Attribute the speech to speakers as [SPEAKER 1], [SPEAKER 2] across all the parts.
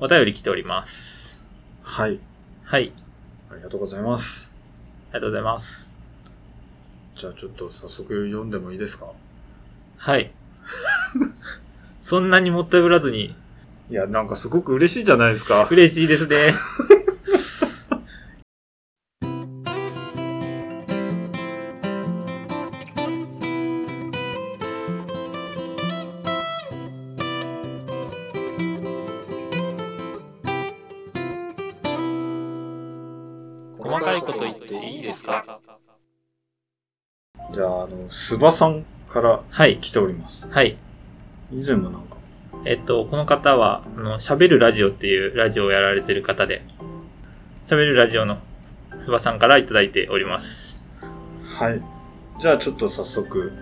[SPEAKER 1] お便り来ております。
[SPEAKER 2] はい。
[SPEAKER 1] はい。
[SPEAKER 2] ありがとうございます。
[SPEAKER 1] ありがとうございます。
[SPEAKER 2] じゃあちょっと早速読んでもいいですか
[SPEAKER 1] はい。 そんなにもったいぶらずに、
[SPEAKER 2] いや、なんかすごく嬉しいじゃないですか。
[SPEAKER 1] 嬉しいですね。
[SPEAKER 3] 細かいこと言っていいですか
[SPEAKER 2] じゃあ、あの、スバさんから
[SPEAKER 1] はい。
[SPEAKER 2] 来ております。
[SPEAKER 1] はい。
[SPEAKER 2] 以前もなんか、
[SPEAKER 1] えっと、この方は、あの、喋るラジオっていうラジオをやられてる方で、喋るラジオのすばさんからいただいております。
[SPEAKER 2] はい。じゃあちょっと早速、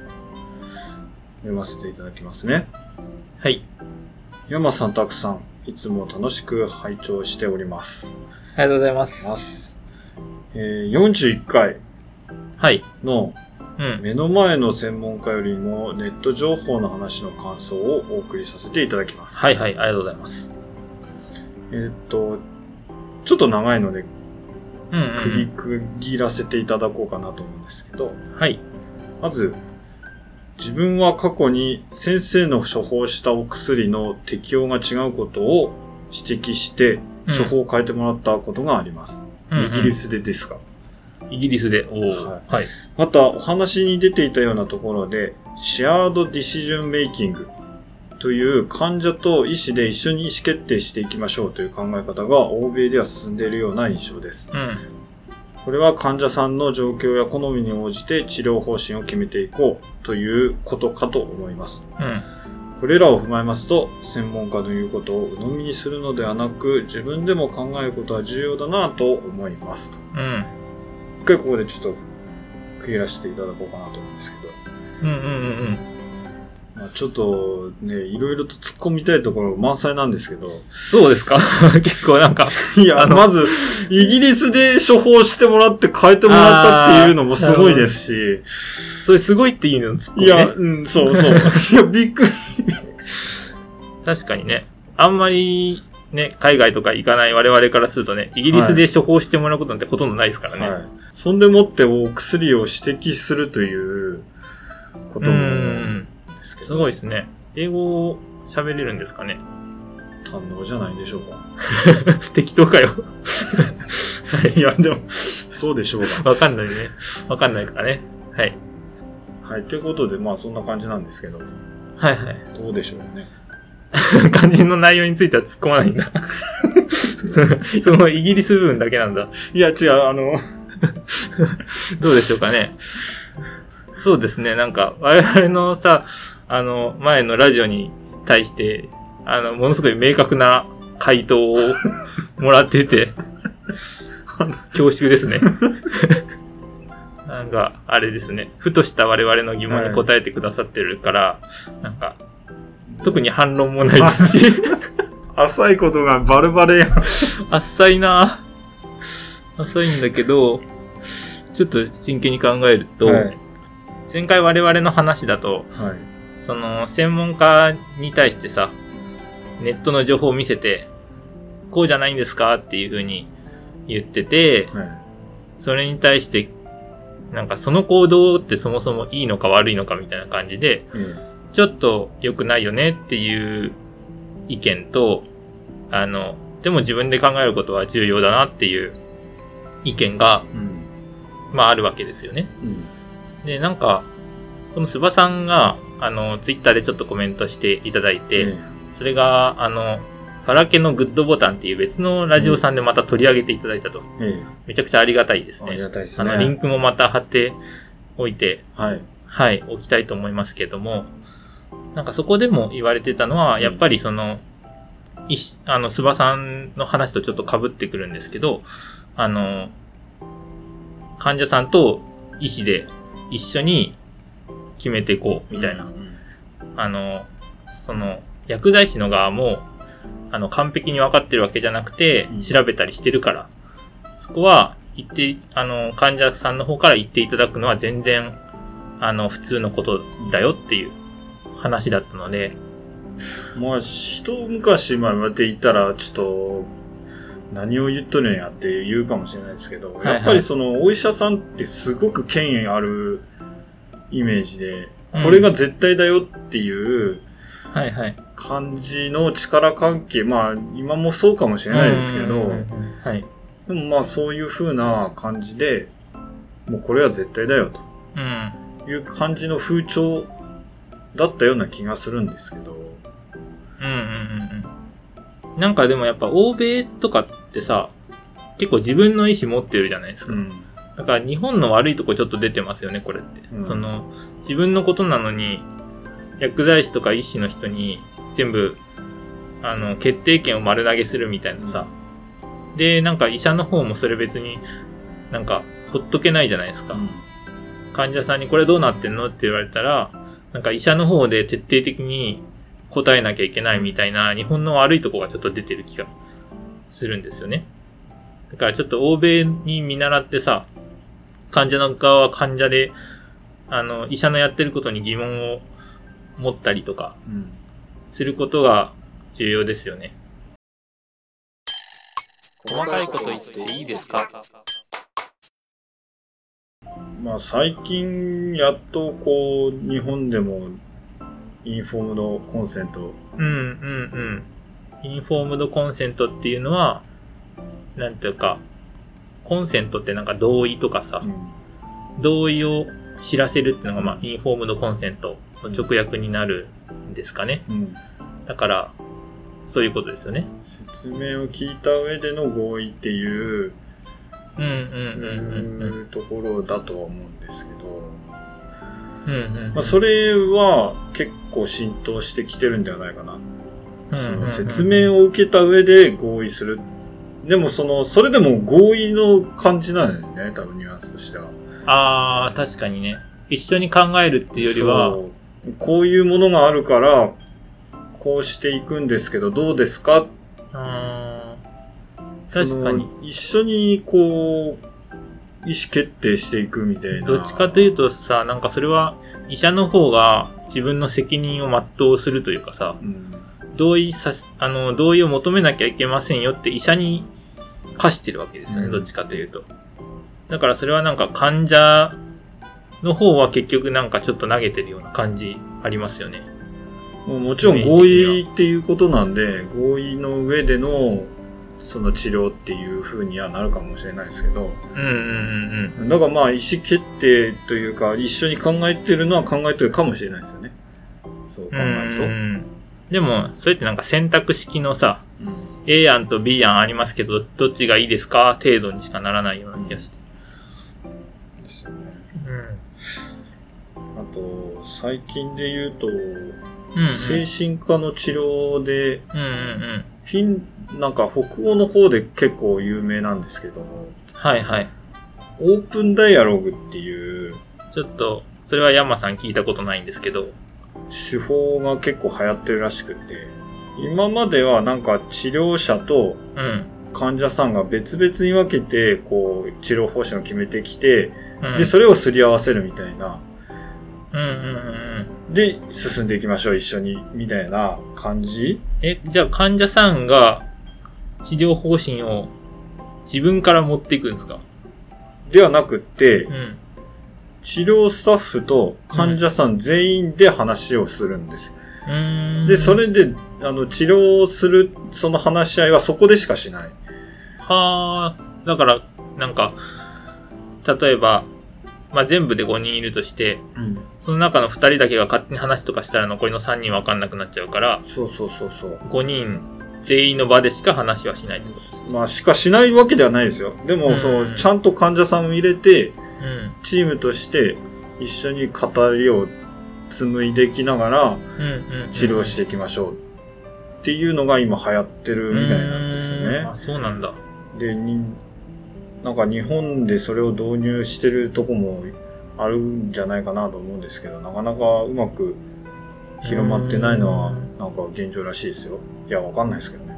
[SPEAKER 2] 読ませていただきますね。
[SPEAKER 1] はい。
[SPEAKER 2] 山さん、たくさん、いつも楽しく拝聴しております。
[SPEAKER 1] ありがとうございます
[SPEAKER 2] ます。えー、41回
[SPEAKER 1] はい。
[SPEAKER 2] の
[SPEAKER 1] うん。
[SPEAKER 2] 目の前の専門家よりもネット情報の話の感想をお送りさせていただきます。
[SPEAKER 1] はいはい、ありがとうございます。
[SPEAKER 2] えーっと、ちょっと長いので、
[SPEAKER 1] うん、うん。
[SPEAKER 2] 区切区切らせていただこうかなと思うんですけど、
[SPEAKER 1] はい。
[SPEAKER 2] まず、自分は過去に先生の処方したお薬の適用が違うことを指摘して、
[SPEAKER 1] うん
[SPEAKER 2] 処方を変えてもらったことがありま
[SPEAKER 1] う
[SPEAKER 2] す。
[SPEAKER 1] んうん
[SPEAKER 2] イギリ。スでですか。
[SPEAKER 1] イギリスで。おー
[SPEAKER 2] は
[SPEAKER 1] はい。
[SPEAKER 2] また、お話に出ていたようなところで、シェアードディシジョンメイキングという患者と医師で一緒に意思決定していきましょうという考え方が欧米では進んでいるような印象です。
[SPEAKER 1] うん。
[SPEAKER 2] これは患者さんの状況や好みに応じて治療方針を決めていこうということかと思います。
[SPEAKER 1] うん。
[SPEAKER 2] これらを踏まえますと、専門家の言うことを鵜呑みにするのではなく、自分でも考えることは重要だなぁと思いますと。
[SPEAKER 1] うん。
[SPEAKER 2] 一回ここでちょっと区切らせていただこうかなと思うんですけ
[SPEAKER 1] う
[SPEAKER 2] ど、
[SPEAKER 1] んうんうんうん。
[SPEAKER 2] まあ、ちょっとね、いろいろと突っ込みたいところ満載なんですけど、
[SPEAKER 1] そうですか 結構なんか。
[SPEAKER 2] いや、
[SPEAKER 1] あの
[SPEAKER 2] まず、イギリスで処方してもらって変えてもらったっていうのもすごいですし、
[SPEAKER 1] それすごいっていいのツッコミ
[SPEAKER 2] い
[SPEAKER 1] ね
[SPEAKER 2] や、うん、そうそう。 いや、びっくり。
[SPEAKER 1] 確かにね。あんまり、ね、海外とか行かない我々からするとね、イギリスで処方してもらうことなんてほとんどないですからね。
[SPEAKER 2] はい。そんでもってお薬を指摘するということ
[SPEAKER 1] う
[SPEAKER 2] も
[SPEAKER 1] ん。
[SPEAKER 2] ですけど、
[SPEAKER 1] すごいですね。英語を喋れるんですかね。
[SPEAKER 2] 堪能じゃないでしょうか。
[SPEAKER 1] 適当かよ。
[SPEAKER 2] いや、でも、そうでしょうか。
[SPEAKER 1] わかんないね。わかんないからね。はい。
[SPEAKER 2] はい。ということで、まあ、そんな感じなんですけど、
[SPEAKER 1] はいはい。
[SPEAKER 2] どうでしょうね。
[SPEAKER 1] 肝心の内容については突っ込まない んだ。そのそのイギリス部分だけなんだ。
[SPEAKER 2] いや、違う、あの、
[SPEAKER 1] どうでしょうかね。そうですね、なんか、我々のさ、あの、前のラジオに対して、あの、ものすごい明確な回 答をもらってて、恐縮です ね。なんか、あれですね、ふとした我々の疑問に答えてくださってるから、なんか、特に反論もない ですし。
[SPEAKER 2] 浅いことがバレバレやん。
[SPEAKER 1] 浅いな浅いんだけど、ちょっと真剣に考えると、
[SPEAKER 2] はい。
[SPEAKER 1] 前回我々の話だと、
[SPEAKER 2] はい。
[SPEAKER 1] その、専門家に対してさ、ネットの情報を見せて、こうじゃないんですかっていう風に言ってて、
[SPEAKER 2] はい。
[SPEAKER 1] それに対して、なんかその行動ってそもそもいいのか悪いのかみたいな感じで、
[SPEAKER 2] え
[SPEAKER 1] ちょっと良くないよねっていう意見と、あの、でも自分で考えることは重要だなっていう意見が、
[SPEAKER 2] えうん。
[SPEAKER 1] まああるわけですよね。
[SPEAKER 2] うん。
[SPEAKER 1] で、なんか、このスバさんが、あの、ツイッターでちょっとコメントしていただいて、
[SPEAKER 2] え
[SPEAKER 1] それが、あの、パラケのグッドボタンっていう別のラジオさんでまた取り上げていただいたと。
[SPEAKER 2] ええ
[SPEAKER 1] めちゃくちゃありがたいです
[SPEAKER 2] えあり
[SPEAKER 1] ね。
[SPEAKER 2] がたいです
[SPEAKER 1] あ
[SPEAKER 2] ね。
[SPEAKER 1] の、リンクもまた貼っておいて、
[SPEAKER 2] はい。
[SPEAKER 1] はい、置きたいと思いますけども、なんかそこでも言われてたのは、
[SPEAKER 2] うん
[SPEAKER 1] やっぱりその、いしあの、スバさんの話とちょっと被ってくるんですけど、あの、患者さんと医師で一緒に決めていこう、みたいな。
[SPEAKER 2] うん
[SPEAKER 1] あの、その、薬剤師の側も、あの、完璧に分かってるわけじゃなくて
[SPEAKER 2] うん、
[SPEAKER 1] 調べたりしてるから、そこは、言って、あの、患者さんの方から言っていただくのは全然、あの、普通のことだよっていう話だったので、
[SPEAKER 2] まあ、一昔前まで言ったら、ちょっと、何を言っとるんやって言うかもしれないですけど、
[SPEAKER 1] いはい
[SPEAKER 2] やっぱりその、お医者さんってすごく権威あるイメージで、これが絶対だよっていう
[SPEAKER 1] はいはい。
[SPEAKER 2] 感じの力関係、まあ、今もそうかもしれないですけ
[SPEAKER 1] うんうん
[SPEAKER 2] ど
[SPEAKER 1] うん、うんはい。
[SPEAKER 2] でもまあ、そういう風な感じで、もうこれは絶対だよ
[SPEAKER 1] うん。
[SPEAKER 2] という感じの風潮だったような気がするんですけど、
[SPEAKER 1] うんうんうんうん。なんかでもやっぱ欧米とかってさ、結構自分の意思持ってるじゃないです
[SPEAKER 2] う
[SPEAKER 1] か。
[SPEAKER 2] ん。
[SPEAKER 1] だから日本の悪いとこちょっと出てますよね、これって。
[SPEAKER 2] うん
[SPEAKER 1] その、自分のことなのに、薬剤師とか医師の人に全部、あの、決定権を丸投げするみたいなさ。で、なんか医者の方もそれ別になんかほっとけないじゃないですか。患者さんにこれどうなってんのって言われたら、なんか医者の方で徹底的に答えなきゃいけないみたいな日本の悪いとこがちょっと出てる気がするんですよね。だからちょっと欧米に見習ってさ、患者の側は患者で、あの、医者のやってることに疑問を持ったりとか
[SPEAKER 2] うん。
[SPEAKER 1] することが重要ですよね。
[SPEAKER 3] 細かいこと言っていいですか
[SPEAKER 2] まあ最近やっとこう日本でもインフォームドコンセント
[SPEAKER 1] うんうんうん。インフォームドコンセントっていうのは、なんていうか、コンセントってなんか同意とかさ、同意を知らせるっていうのが、まあ、インフォームドコンセントの直訳になるんですかね。
[SPEAKER 2] うん
[SPEAKER 1] だから、そういうことですよね。
[SPEAKER 2] 説明を聞いた上での合意っていう
[SPEAKER 1] うんうんうん
[SPEAKER 2] ところだとは思うんですけど、
[SPEAKER 1] うんうん。うんうん
[SPEAKER 2] まあ、それは結構浸透してきてるんではないかな。その説明
[SPEAKER 1] を。
[SPEAKER 2] を受けた上で合意する。でもその、それでも合意の感じなんだよね、多分ニュアンスとしては。
[SPEAKER 1] ああ、確かにね。一緒に考えるっていうよりは、
[SPEAKER 2] そうこういうものがあるから、こうしていくんですけど、どうですか
[SPEAKER 1] あ確かに。
[SPEAKER 2] その一緒に、こう、意思決定していくみたい
[SPEAKER 1] ー
[SPEAKER 2] な。
[SPEAKER 1] どっちかという
[SPEAKER 2] と、
[SPEAKER 1] とさ、なんかそれは医者の方が自分の責任を全うするというかさ、
[SPEAKER 2] うん、
[SPEAKER 1] 同意させ、あの、同意を求めなきゃいけませんよって医者に課してるわけですよね、
[SPEAKER 2] うん
[SPEAKER 1] どっちかというと。だからそれはなんか患者の方は結局なんかちょっと投げてるような感じありますよね。
[SPEAKER 2] もうもちろん合意っていうことなんで、合意の上での、その治療っていう風にはなるかもしれないですけど、
[SPEAKER 1] うんうんうん
[SPEAKER 2] だからまあ意思決定というか、一緒に考えてるのは考えてるかもしれないですよね。そう考
[SPEAKER 1] うん。
[SPEAKER 2] えると。
[SPEAKER 1] うんうんでも、それってなんか選択式のさ、
[SPEAKER 2] うん
[SPEAKER 1] A 案と B 案ありますけど、どっちがいいですか程度にしかならないような気がして。
[SPEAKER 2] ですよね。
[SPEAKER 1] うん。
[SPEAKER 2] あと、最近で言うと、
[SPEAKER 1] うん、うん。
[SPEAKER 2] 精神科の治療で、
[SPEAKER 1] うんうんうん。
[SPEAKER 2] フィン、なんか北欧の方で結構有名なんですけども、
[SPEAKER 1] はいはい。
[SPEAKER 2] オープンダイアログっていう
[SPEAKER 1] ちょっと、それは山さん聞いたことないんですけど。
[SPEAKER 2] 手法が結構流行ってるらしくて、今まではなんか治療者と
[SPEAKER 1] うん。
[SPEAKER 2] 患者さんが別々に分けて、こう、治療方針を決めてきて、
[SPEAKER 1] うん
[SPEAKER 2] で、それをすり合わせるみたいな。
[SPEAKER 1] うんうんうんうん。
[SPEAKER 2] で、進んでいきましょう、一緒に、みたいな感じ
[SPEAKER 1] え、じゃあ患者さんが治療方針を自分から持っていくんですか
[SPEAKER 2] ではなくって
[SPEAKER 1] う、ん。
[SPEAKER 2] 治療スタッフと患者さん全員で話をするんです。
[SPEAKER 1] うーん。
[SPEAKER 2] で、そ、れで、あの、治療をする、その話し合いはそこでしかしない。
[SPEAKER 1] はあ、だから、なんか、例えば、まあ、全部で5人いるとして、
[SPEAKER 2] うん。
[SPEAKER 1] その中の2人だけが勝手に話とかしたら残りの3人わかんなくなっちゃうから、
[SPEAKER 2] そうそうそうそう。
[SPEAKER 1] 5人全員の場でしか話はしないってことです。
[SPEAKER 2] まあ、しかしないわけではないですよ。で
[SPEAKER 1] う
[SPEAKER 2] も、
[SPEAKER 1] ん
[SPEAKER 2] その、ちゃんと患者さんを入れて、
[SPEAKER 1] うん。
[SPEAKER 2] チームとして一緒に語りを紡いでいきながら
[SPEAKER 1] うんうん、うん。
[SPEAKER 2] 治療していきましょう。っていうのが今流行ってるみたいなんですよ
[SPEAKER 1] うーん
[SPEAKER 2] ね
[SPEAKER 1] あ、。そうなんだ。
[SPEAKER 2] で、に、なんか日本でそれを導入してるとこもあるんじゃないかなと思うんですけど、なかなかうまく広まってないのは、
[SPEAKER 1] うん
[SPEAKER 2] なんか現状らしいですよ。いや、わかんないですけどね。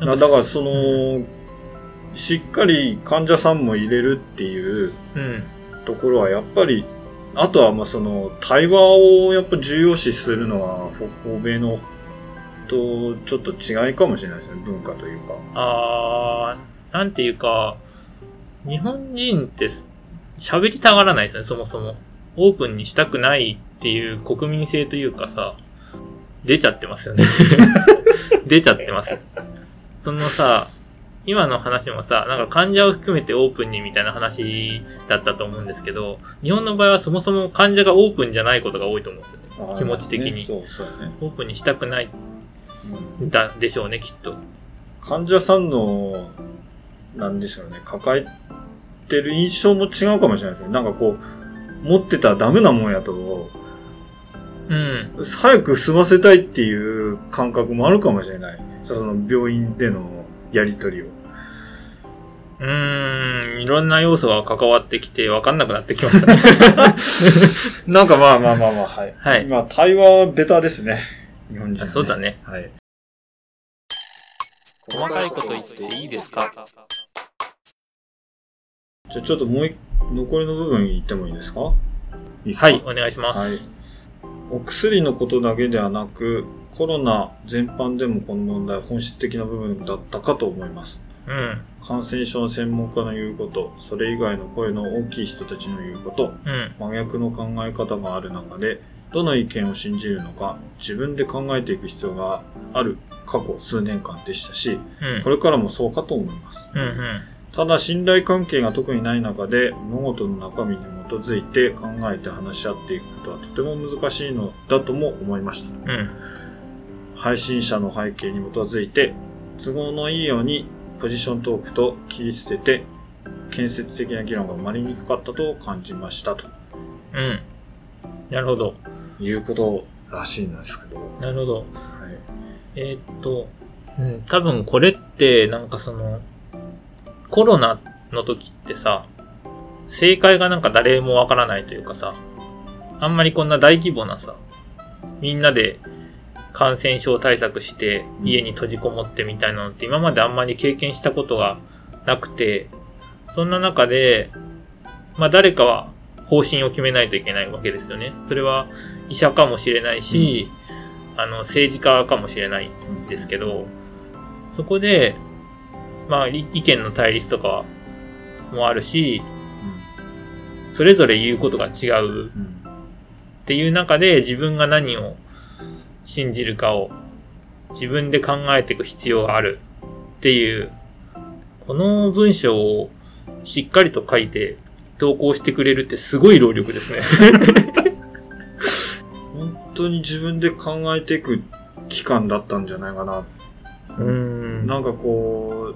[SPEAKER 1] な
[SPEAKER 2] なんだからその、しっかり患者さんも入れるっていう
[SPEAKER 1] うん。
[SPEAKER 2] ところはやっぱり、あとはまあその対話をやっぱ重要視するのは北欧米のとちょっと違いかもしれないですね、文化というか。
[SPEAKER 1] あー、なんていうか、日本人ってす喋りたがらないですね、そもそも。オープンにしたくないっていう国民性というかさ、出ちゃってますよ ね。出ちゃってます。そのさ、今の話もさ、なんか患者を含めてオープンにみたいな話だったと思うんですけど、日本の場合はそもそも患者がオープンじゃないことが多いと思うんですよね。
[SPEAKER 2] あー
[SPEAKER 1] 気持ち的に
[SPEAKER 2] ねそうそうね、
[SPEAKER 1] オープンにしたくない
[SPEAKER 2] うん
[SPEAKER 1] んだでしょうね、きっと。
[SPEAKER 2] 患者さんの、なんでしょうね、抱えてる印象も違うかもしれないですね。なんかこう、持ってたらダメなもんやと、
[SPEAKER 1] うん。
[SPEAKER 2] 早く済ませたいっていう感覚もあるかもしれない。その病院でのやりとりを。
[SPEAKER 1] うーん、いろんな要素が関わってきて、わかんなくなってきましたね。
[SPEAKER 2] なんかまあまあまあまあ、はい。
[SPEAKER 1] はい。
[SPEAKER 2] まあ、対話ベタですね。日本人、
[SPEAKER 1] あそうだ。ね。
[SPEAKER 2] はい。
[SPEAKER 3] 細かいこと言っていいですか
[SPEAKER 2] じゃあちょっともう一、残りの部分行ってもいいですかいいですか
[SPEAKER 1] はい、お願いします。
[SPEAKER 2] はい。お薬のことだけではなく、コロナ全般でもこの問題は本質的な部分だったかと思います。
[SPEAKER 1] うん、
[SPEAKER 2] 感染症の専門家の言うこと、それ以外の声の大きい人たちの言うこと、
[SPEAKER 1] うん、
[SPEAKER 2] 真逆の考え方がある中で、どの意見を信じるのか、自分で考えていく必要がある過去数年間でしたし、
[SPEAKER 1] うん
[SPEAKER 2] こ。れからもそうかと思います。
[SPEAKER 1] うん、うん。
[SPEAKER 2] ただ信頼関係が特にない中で物事の中身に基づいて考えて話し合っていくことはとても難しいのだとも思いました。
[SPEAKER 1] うん、
[SPEAKER 2] 配信者の背景に基づいて都合のいいようにポジショントークと切り捨てて建設的な議論が生まれにくかったと感じましたと
[SPEAKER 1] うん。なるほど。
[SPEAKER 2] いうことらしいんですけど。は
[SPEAKER 1] なるほど。え
[SPEAKER 2] い。
[SPEAKER 1] ーっと、うん、多分これって、なんかその、コロナの時ってさ、正解がなんか誰もわからないというかさ、あんまりこんな大規模なさ、みんなで感染症対策して
[SPEAKER 2] うん
[SPEAKER 1] 家に閉じこもってみたいなのって今まであんまり経験したことがなくて、そんな中で、まあ誰かは方針を決めないといけないわけですよね。それは医者かもしれないし、あの政治家かもしれない
[SPEAKER 2] うん
[SPEAKER 1] ですけど、そこで、まあ、い意見の対立とかもあるし、それぞれ言うことが違う
[SPEAKER 2] うんうん
[SPEAKER 1] っていう中で自分が何を信じるかを自分で考えていく必要があるっていう、この文章をしっかりと書いて投稿してくれるってすごい労力ですね。
[SPEAKER 2] 本当に自分で考えていく期間だったんじゃないかな
[SPEAKER 1] うーん。
[SPEAKER 2] なんかこ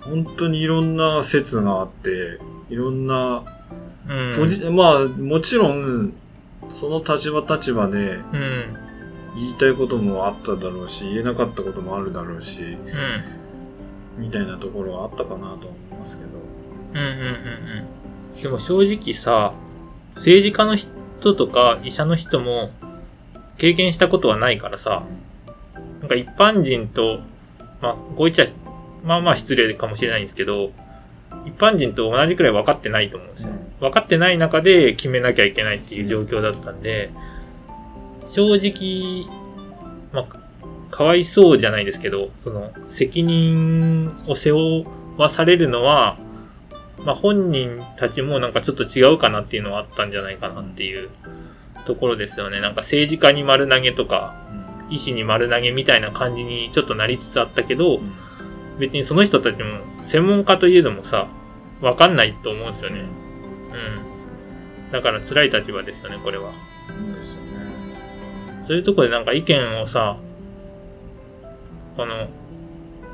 [SPEAKER 2] う、本当にいろんな説があって、いろんな、
[SPEAKER 1] うん
[SPEAKER 2] ポジまあ、もちろん、その立場立場で
[SPEAKER 1] うん。うん。
[SPEAKER 2] 言いたいこともあっただろうし、言えなかったこともあるだろうし、みたいなところはあったかなと思いますけど。
[SPEAKER 1] うんうんうんうん。でも正直さ、政治家の人とか医者の人も経験したことはないからさ、なんか一般人と、まあ、ごいちゃ、まあまあ失礼かもしれないんですけど、一般人と同じくらい分かってないと思うんですよ。分かってない中で決めなきゃいけないっていう状況だったんで、正直、まあか、かわいそうじゃないですけど、その、責任を背負わされるのは、まあ、本人たちもなんかちょっと違うかなっていうのはあったんじゃないかなっていうところですよね。なんか政治家に丸投げとか、
[SPEAKER 2] うん
[SPEAKER 1] 医師に丸投げみたいな感じにちょっとなりつつあったけど、
[SPEAKER 2] うん
[SPEAKER 1] 別にその人たちも専門家といえどもさ、わかんないと思うんですよね。うん。だから辛い立場ですよね、これは。
[SPEAKER 2] うんですよね。
[SPEAKER 1] そういうとこでなんか意見をさ、この、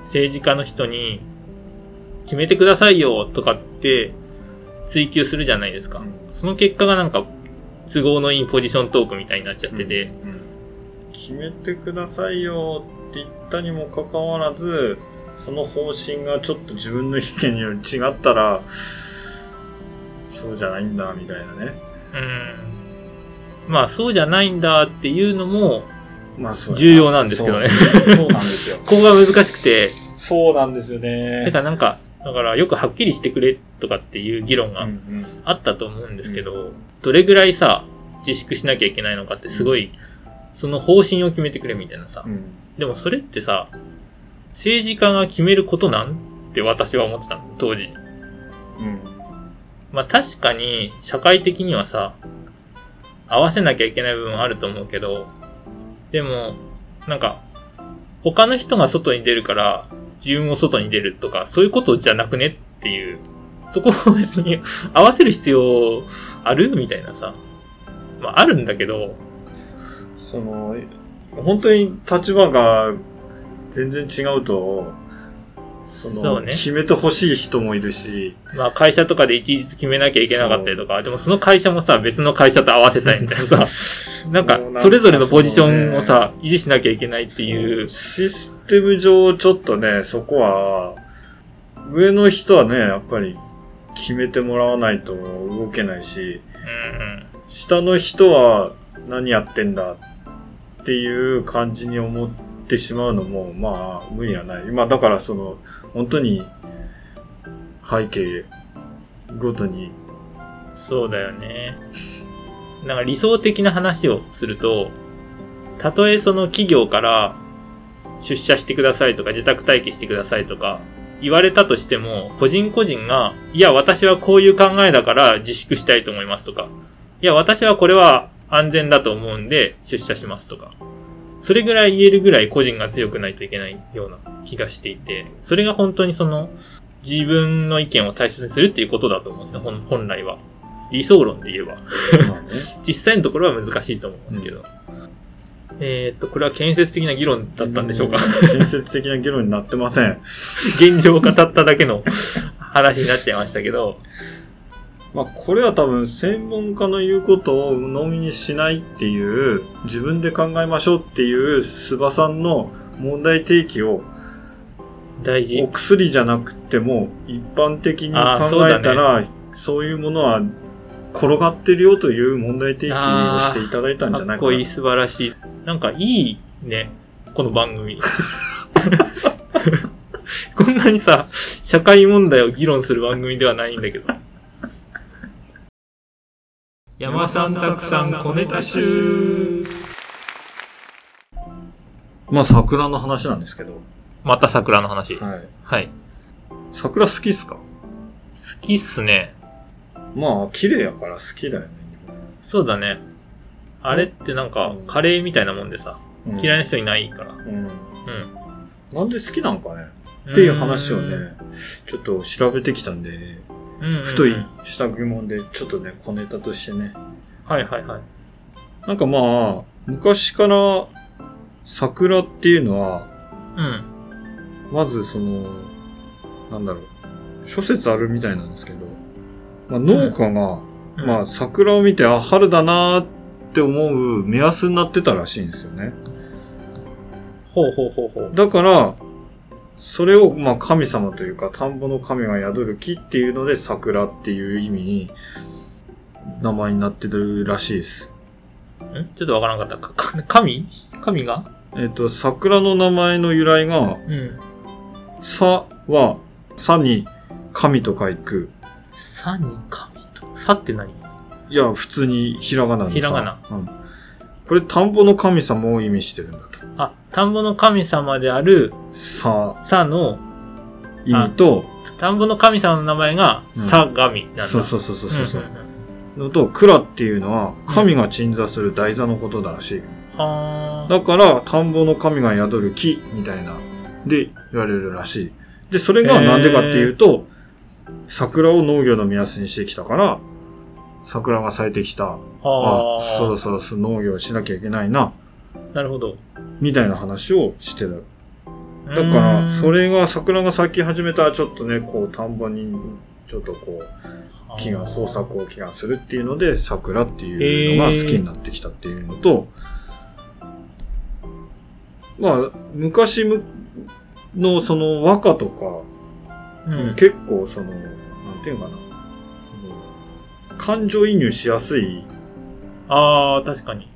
[SPEAKER 1] 政治家の人に、決めてくださいよとかって追求するじゃないですか。その結果がなんか、都合のいいポジショントークみたいになっちゃってて、
[SPEAKER 2] うん決めてくださいよって言ったにもかかわらずその方針がちょっと自分の意見より違ったらそうじゃないんだみたいなね
[SPEAKER 1] うん。まあ、そうじゃないんだっていうのも、
[SPEAKER 2] まあそうや
[SPEAKER 1] 重要なんですけどね
[SPEAKER 2] そうそうなんですよ
[SPEAKER 1] ここが難しくて、
[SPEAKER 2] そうなんですよ
[SPEAKER 1] だ
[SPEAKER 2] ね
[SPEAKER 1] からなんか、だからよくはっきりしてくれとかっていう議論
[SPEAKER 2] うんう
[SPEAKER 1] が
[SPEAKER 2] ん
[SPEAKER 1] あったと思うんですけど、どれぐらいさ、自粛しなきゃいけないのかってすごいその方針を決めてくれみたいなさ
[SPEAKER 2] う。ん。
[SPEAKER 1] でもそれってさ、政治家が決めることなんって私は思ってたの、当時。
[SPEAKER 2] うん。
[SPEAKER 1] まあ確かに社会的にはさ、合わせなきゃいけない部分あると思うけど、でも、なんか、他の人が外に出るから、自分も外に出るとか、そういうことじゃなくねっていう、そこを別に 合わせる必要あるみたいなさ。まああるんだけど、
[SPEAKER 2] その、本当に立場が全然違うと、その、
[SPEAKER 1] そうね
[SPEAKER 2] 決めてほしい人もいるし、
[SPEAKER 1] まあ会社とかで一律決めなきゃいけなかったりとか、でもその会社もさ、別の会社と合わせたいみたいな さ、なんか
[SPEAKER 2] もうなんか
[SPEAKER 1] それぞれのポジションをさ、維持しなきゃいけないっていう、
[SPEAKER 2] システム上ちょっとね、そこは、上の人はね、やっぱり決めてもらわないと動けないし、
[SPEAKER 1] うんうん。
[SPEAKER 2] 下の人は何やってんだっていう感じに思ってしまうのも、まあ、無理はない。まあ、だからその、本当に背景ご とに、
[SPEAKER 1] そうだよね。なんか理想的な話をすると、たとえその企業から出社してくださいとか自宅待機してくださいとか言われたとしても、個人個人が、いや私はこういう考えだから自粛したいと思いますとか、いや私はこれは安全だと思うんで出社しますとか、それぐらい言えるぐらい個人が強くないといけないような気がしていて、それが本当にその自分の意見を大切にするっていうことだと思うんですね、本本来は。理想論で言えば。
[SPEAKER 2] まあね、
[SPEAKER 1] 実際のところは難しいと思うんですけど。えーっと、これは建設的な議論だったんでしょうか。
[SPEAKER 2] うん建設的な議論になってません。
[SPEAKER 1] 現状を語っただけの 話になっちゃいましたけど。
[SPEAKER 2] まあ、これは多分専門家の言うことを鵜呑みにしないっていう、自分で考えましょうっていう、須波さんの問題提起を、
[SPEAKER 1] 大事
[SPEAKER 2] お。薬じゃなくても、一般的に
[SPEAKER 1] あー
[SPEAKER 2] 考えた
[SPEAKER 1] そうだ
[SPEAKER 2] ら、そういうものは転がってるよという問題提起をしていただいたんじゃ
[SPEAKER 1] か
[SPEAKER 2] ない
[SPEAKER 1] っ
[SPEAKER 2] か
[SPEAKER 1] こ
[SPEAKER 2] な。
[SPEAKER 1] いい、素晴らしい。なんかいいね。この番組。 こんなにさ、社会問題を議論する番組ではないんだけど。山さんたくさん小ネタ集。
[SPEAKER 2] まあ、桜の話なんですけど。
[SPEAKER 1] また桜の話。
[SPEAKER 2] はい。
[SPEAKER 1] はい。
[SPEAKER 2] 桜好きっすか
[SPEAKER 1] 好きっすね。
[SPEAKER 2] まあ、綺麗やから好きだよね。
[SPEAKER 1] そうだね。あれってなんか
[SPEAKER 2] うん、
[SPEAKER 1] カレーみたいなもんでさ、
[SPEAKER 2] うん
[SPEAKER 1] 嫌いな人いないから。う
[SPEAKER 2] うん。
[SPEAKER 1] ん。
[SPEAKER 2] なんで好きなんかね。っていう話を
[SPEAKER 1] うん
[SPEAKER 2] ね、ちょっと調べてきたんで、
[SPEAKER 1] うんうん。
[SPEAKER 2] ふとした疑問で、ちょっとね、小ネタとしてね。
[SPEAKER 1] はいはいはい。
[SPEAKER 2] なんかまあ、昔から桜っていうのは、
[SPEAKER 1] うん。
[SPEAKER 2] まずその、なんだろう、諸説あるみたいなんですけど、まあ、農家が、
[SPEAKER 1] うん
[SPEAKER 2] まあ、桜を見て、あ、春だなーって思う目安になってたらしいんですよね。
[SPEAKER 1] ほうほうほうほう。
[SPEAKER 2] だから、それを、まあ、神様というか、田んぼの神が宿る木っていうので、桜っていう意味に、名前になってるらしいです。
[SPEAKER 1] んちょっとわからんかった。か、か神神が
[SPEAKER 2] えっ、と、桜の名前の由来が、
[SPEAKER 1] うん。
[SPEAKER 2] さは、さに、神と書く。
[SPEAKER 1] さに神と。さって何
[SPEAKER 2] いや、普通にひらがなでさ
[SPEAKER 1] ひらがな。
[SPEAKER 2] うん。これ、田んぼの神様を意味してるんだと。
[SPEAKER 1] あ、田んぼの神様である
[SPEAKER 2] さ、
[SPEAKER 1] さの、
[SPEAKER 2] 意味と、
[SPEAKER 1] 田んぼの神様の名前が
[SPEAKER 2] うん
[SPEAKER 1] さ神なんだ。
[SPEAKER 2] そうそううそうそうそう。
[SPEAKER 1] んんん
[SPEAKER 2] のと、蔵っていうのは、神が鎮座する台座のことだらしい。
[SPEAKER 1] はー
[SPEAKER 2] だから、田んぼの神が宿る木、みたいな、で、言われるらしい。で、それがなんでかっていうと、桜を農業の目安にしてきたから、桜が咲いてきた。あ
[SPEAKER 1] はー
[SPEAKER 2] そろそろ農業しなきゃいけないな、
[SPEAKER 1] なるほど。
[SPEAKER 2] みたいな話をしてる。
[SPEAKER 1] だ
[SPEAKER 2] だから、そ、れが、桜が咲き始めたら、ちょっとね、こう、田んぼに、ちょっとこう、祈願、豊作を祈願するっていうので、桜っていうのが好きになってきたっていうのと、まあ、昔むの、その、和歌とか、
[SPEAKER 1] うん、
[SPEAKER 2] 結構、その、なんていうのかな、その感情移入しやすい、
[SPEAKER 1] ああ、確かに。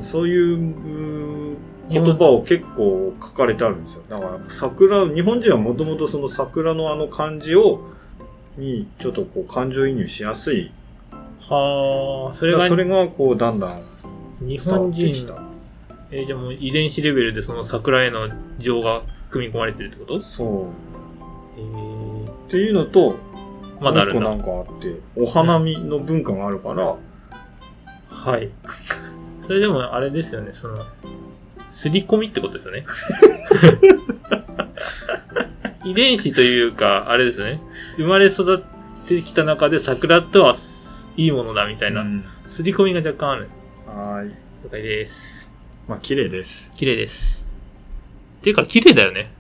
[SPEAKER 2] そういううー言葉を結構書かれてあるんですよ。だから、桜、日本人はもともとその桜のあの感じを、に、ちょっとこう、感情移入しやすい。
[SPEAKER 1] はあ、そ
[SPEAKER 2] そ
[SPEAKER 1] れ
[SPEAKER 2] れ
[SPEAKER 1] が
[SPEAKER 2] それがこう、だんだん
[SPEAKER 1] 日
[SPEAKER 2] 伝わ
[SPEAKER 1] 本
[SPEAKER 2] ってきた
[SPEAKER 1] 人。えーじゃあもう遺伝子レベルでその桜への情が組み込まれてるってこと
[SPEAKER 2] そう。
[SPEAKER 1] えー、
[SPEAKER 2] っていうのと、
[SPEAKER 1] まだあるん
[SPEAKER 2] も
[SPEAKER 1] だ。
[SPEAKER 2] う一個なんかあって、お花見の文化があるから、
[SPEAKER 1] はい。それでもあれですよね、その、すり込みってことですよ ね。遺伝子というか、あれですね。生まれ育ってきた中で桜とはいいものだみたいな、
[SPEAKER 2] うん
[SPEAKER 1] すり込みが若干ある。
[SPEAKER 2] はーい。
[SPEAKER 1] 了解です。
[SPEAKER 2] まあ、綺麗です。
[SPEAKER 1] 綺麗です。ていうか、綺麗だよね。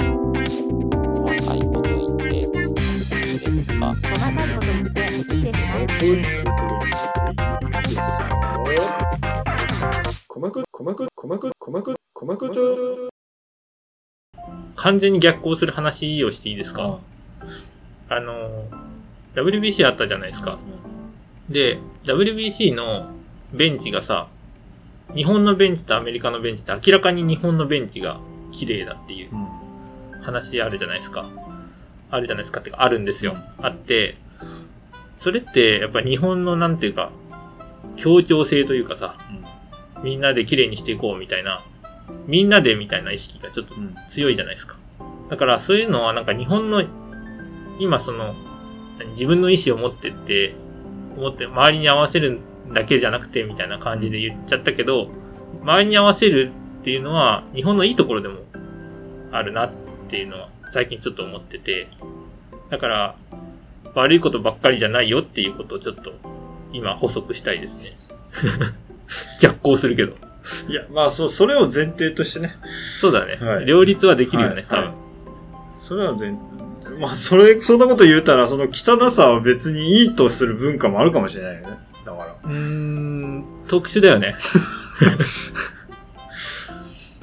[SPEAKER 3] 細かいこと言っていいですか
[SPEAKER 4] 細かいこと言っていいですか
[SPEAKER 5] 細く、細く、細く、細く、細く、
[SPEAKER 1] 完全に逆行する話をしていいですかあの、WBC あったじゃないですか。で、WBC のベンチがさ、日本のベンチとアメリカのベンチって明らかに日本のベンチが綺麗だっていう
[SPEAKER 2] うん。
[SPEAKER 1] 話あるじゃないですか。あるじゃないですかってか、あるんですよ。あって、それってやっぱ日本のなんていうか、協調性というかさ、みんなで綺麗にしていこうみたいな、みんなでみたいな意識がちょっと
[SPEAKER 2] うん。うん。
[SPEAKER 1] 強いじゃないですか。だからそういうのはなんか日本の、今その、何自分の意思を持ってって、思って周りに合わせるだけじゃなくてみたいな感じで言っちゃったけど、周りに合わせるっていうのは日本のいいところでもあるなっていうのは最近ちょっと思ってて、だから悪いことばっかりじゃないよっていうことをちょっと今補足したいですね。 逆行するけど。
[SPEAKER 2] いや、まあ、そう、それを前提としてね。
[SPEAKER 1] そうだね。
[SPEAKER 2] はい
[SPEAKER 1] 両立はできるよね、
[SPEAKER 2] はい
[SPEAKER 1] 多分。
[SPEAKER 2] それは前、まあ、それ、そんなこと言うたら、その汚さは別にいいとする文化もあるかもしれないよね。だから。
[SPEAKER 1] うーん、特殊だよね。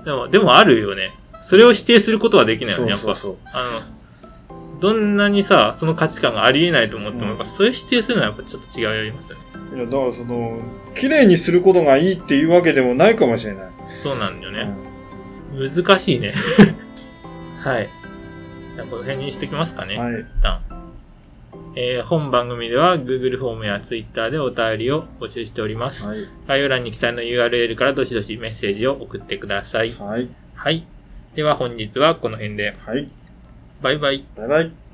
[SPEAKER 1] でも、でもあるよね。それを否定することはできないよね、やっぱ。
[SPEAKER 2] そうそう
[SPEAKER 1] あの、どんなにさ、その価値観がありえないと思っても、
[SPEAKER 2] うん
[SPEAKER 1] やっぱそれ否定するのはやっぱちょっと違いますよね。
[SPEAKER 2] そう。いや、だからその、綺麗にすることがいいっていうわけでもないかもしれない。
[SPEAKER 1] そうなんだよ
[SPEAKER 2] う
[SPEAKER 1] ね。
[SPEAKER 2] ん
[SPEAKER 1] 難しいね。 はい。じゃあ、この辺にしてきますかね。
[SPEAKER 2] はい。
[SPEAKER 1] 一旦えー本番組では Google フォームや Twitter でお便りを募集しております。
[SPEAKER 2] はい。
[SPEAKER 1] 概要欄に記載の URL からどしどしメッセージを送ってください。
[SPEAKER 2] はい。
[SPEAKER 1] はい。では本日はこの辺で。
[SPEAKER 2] はい。
[SPEAKER 1] バイバイ。
[SPEAKER 2] バイバイ。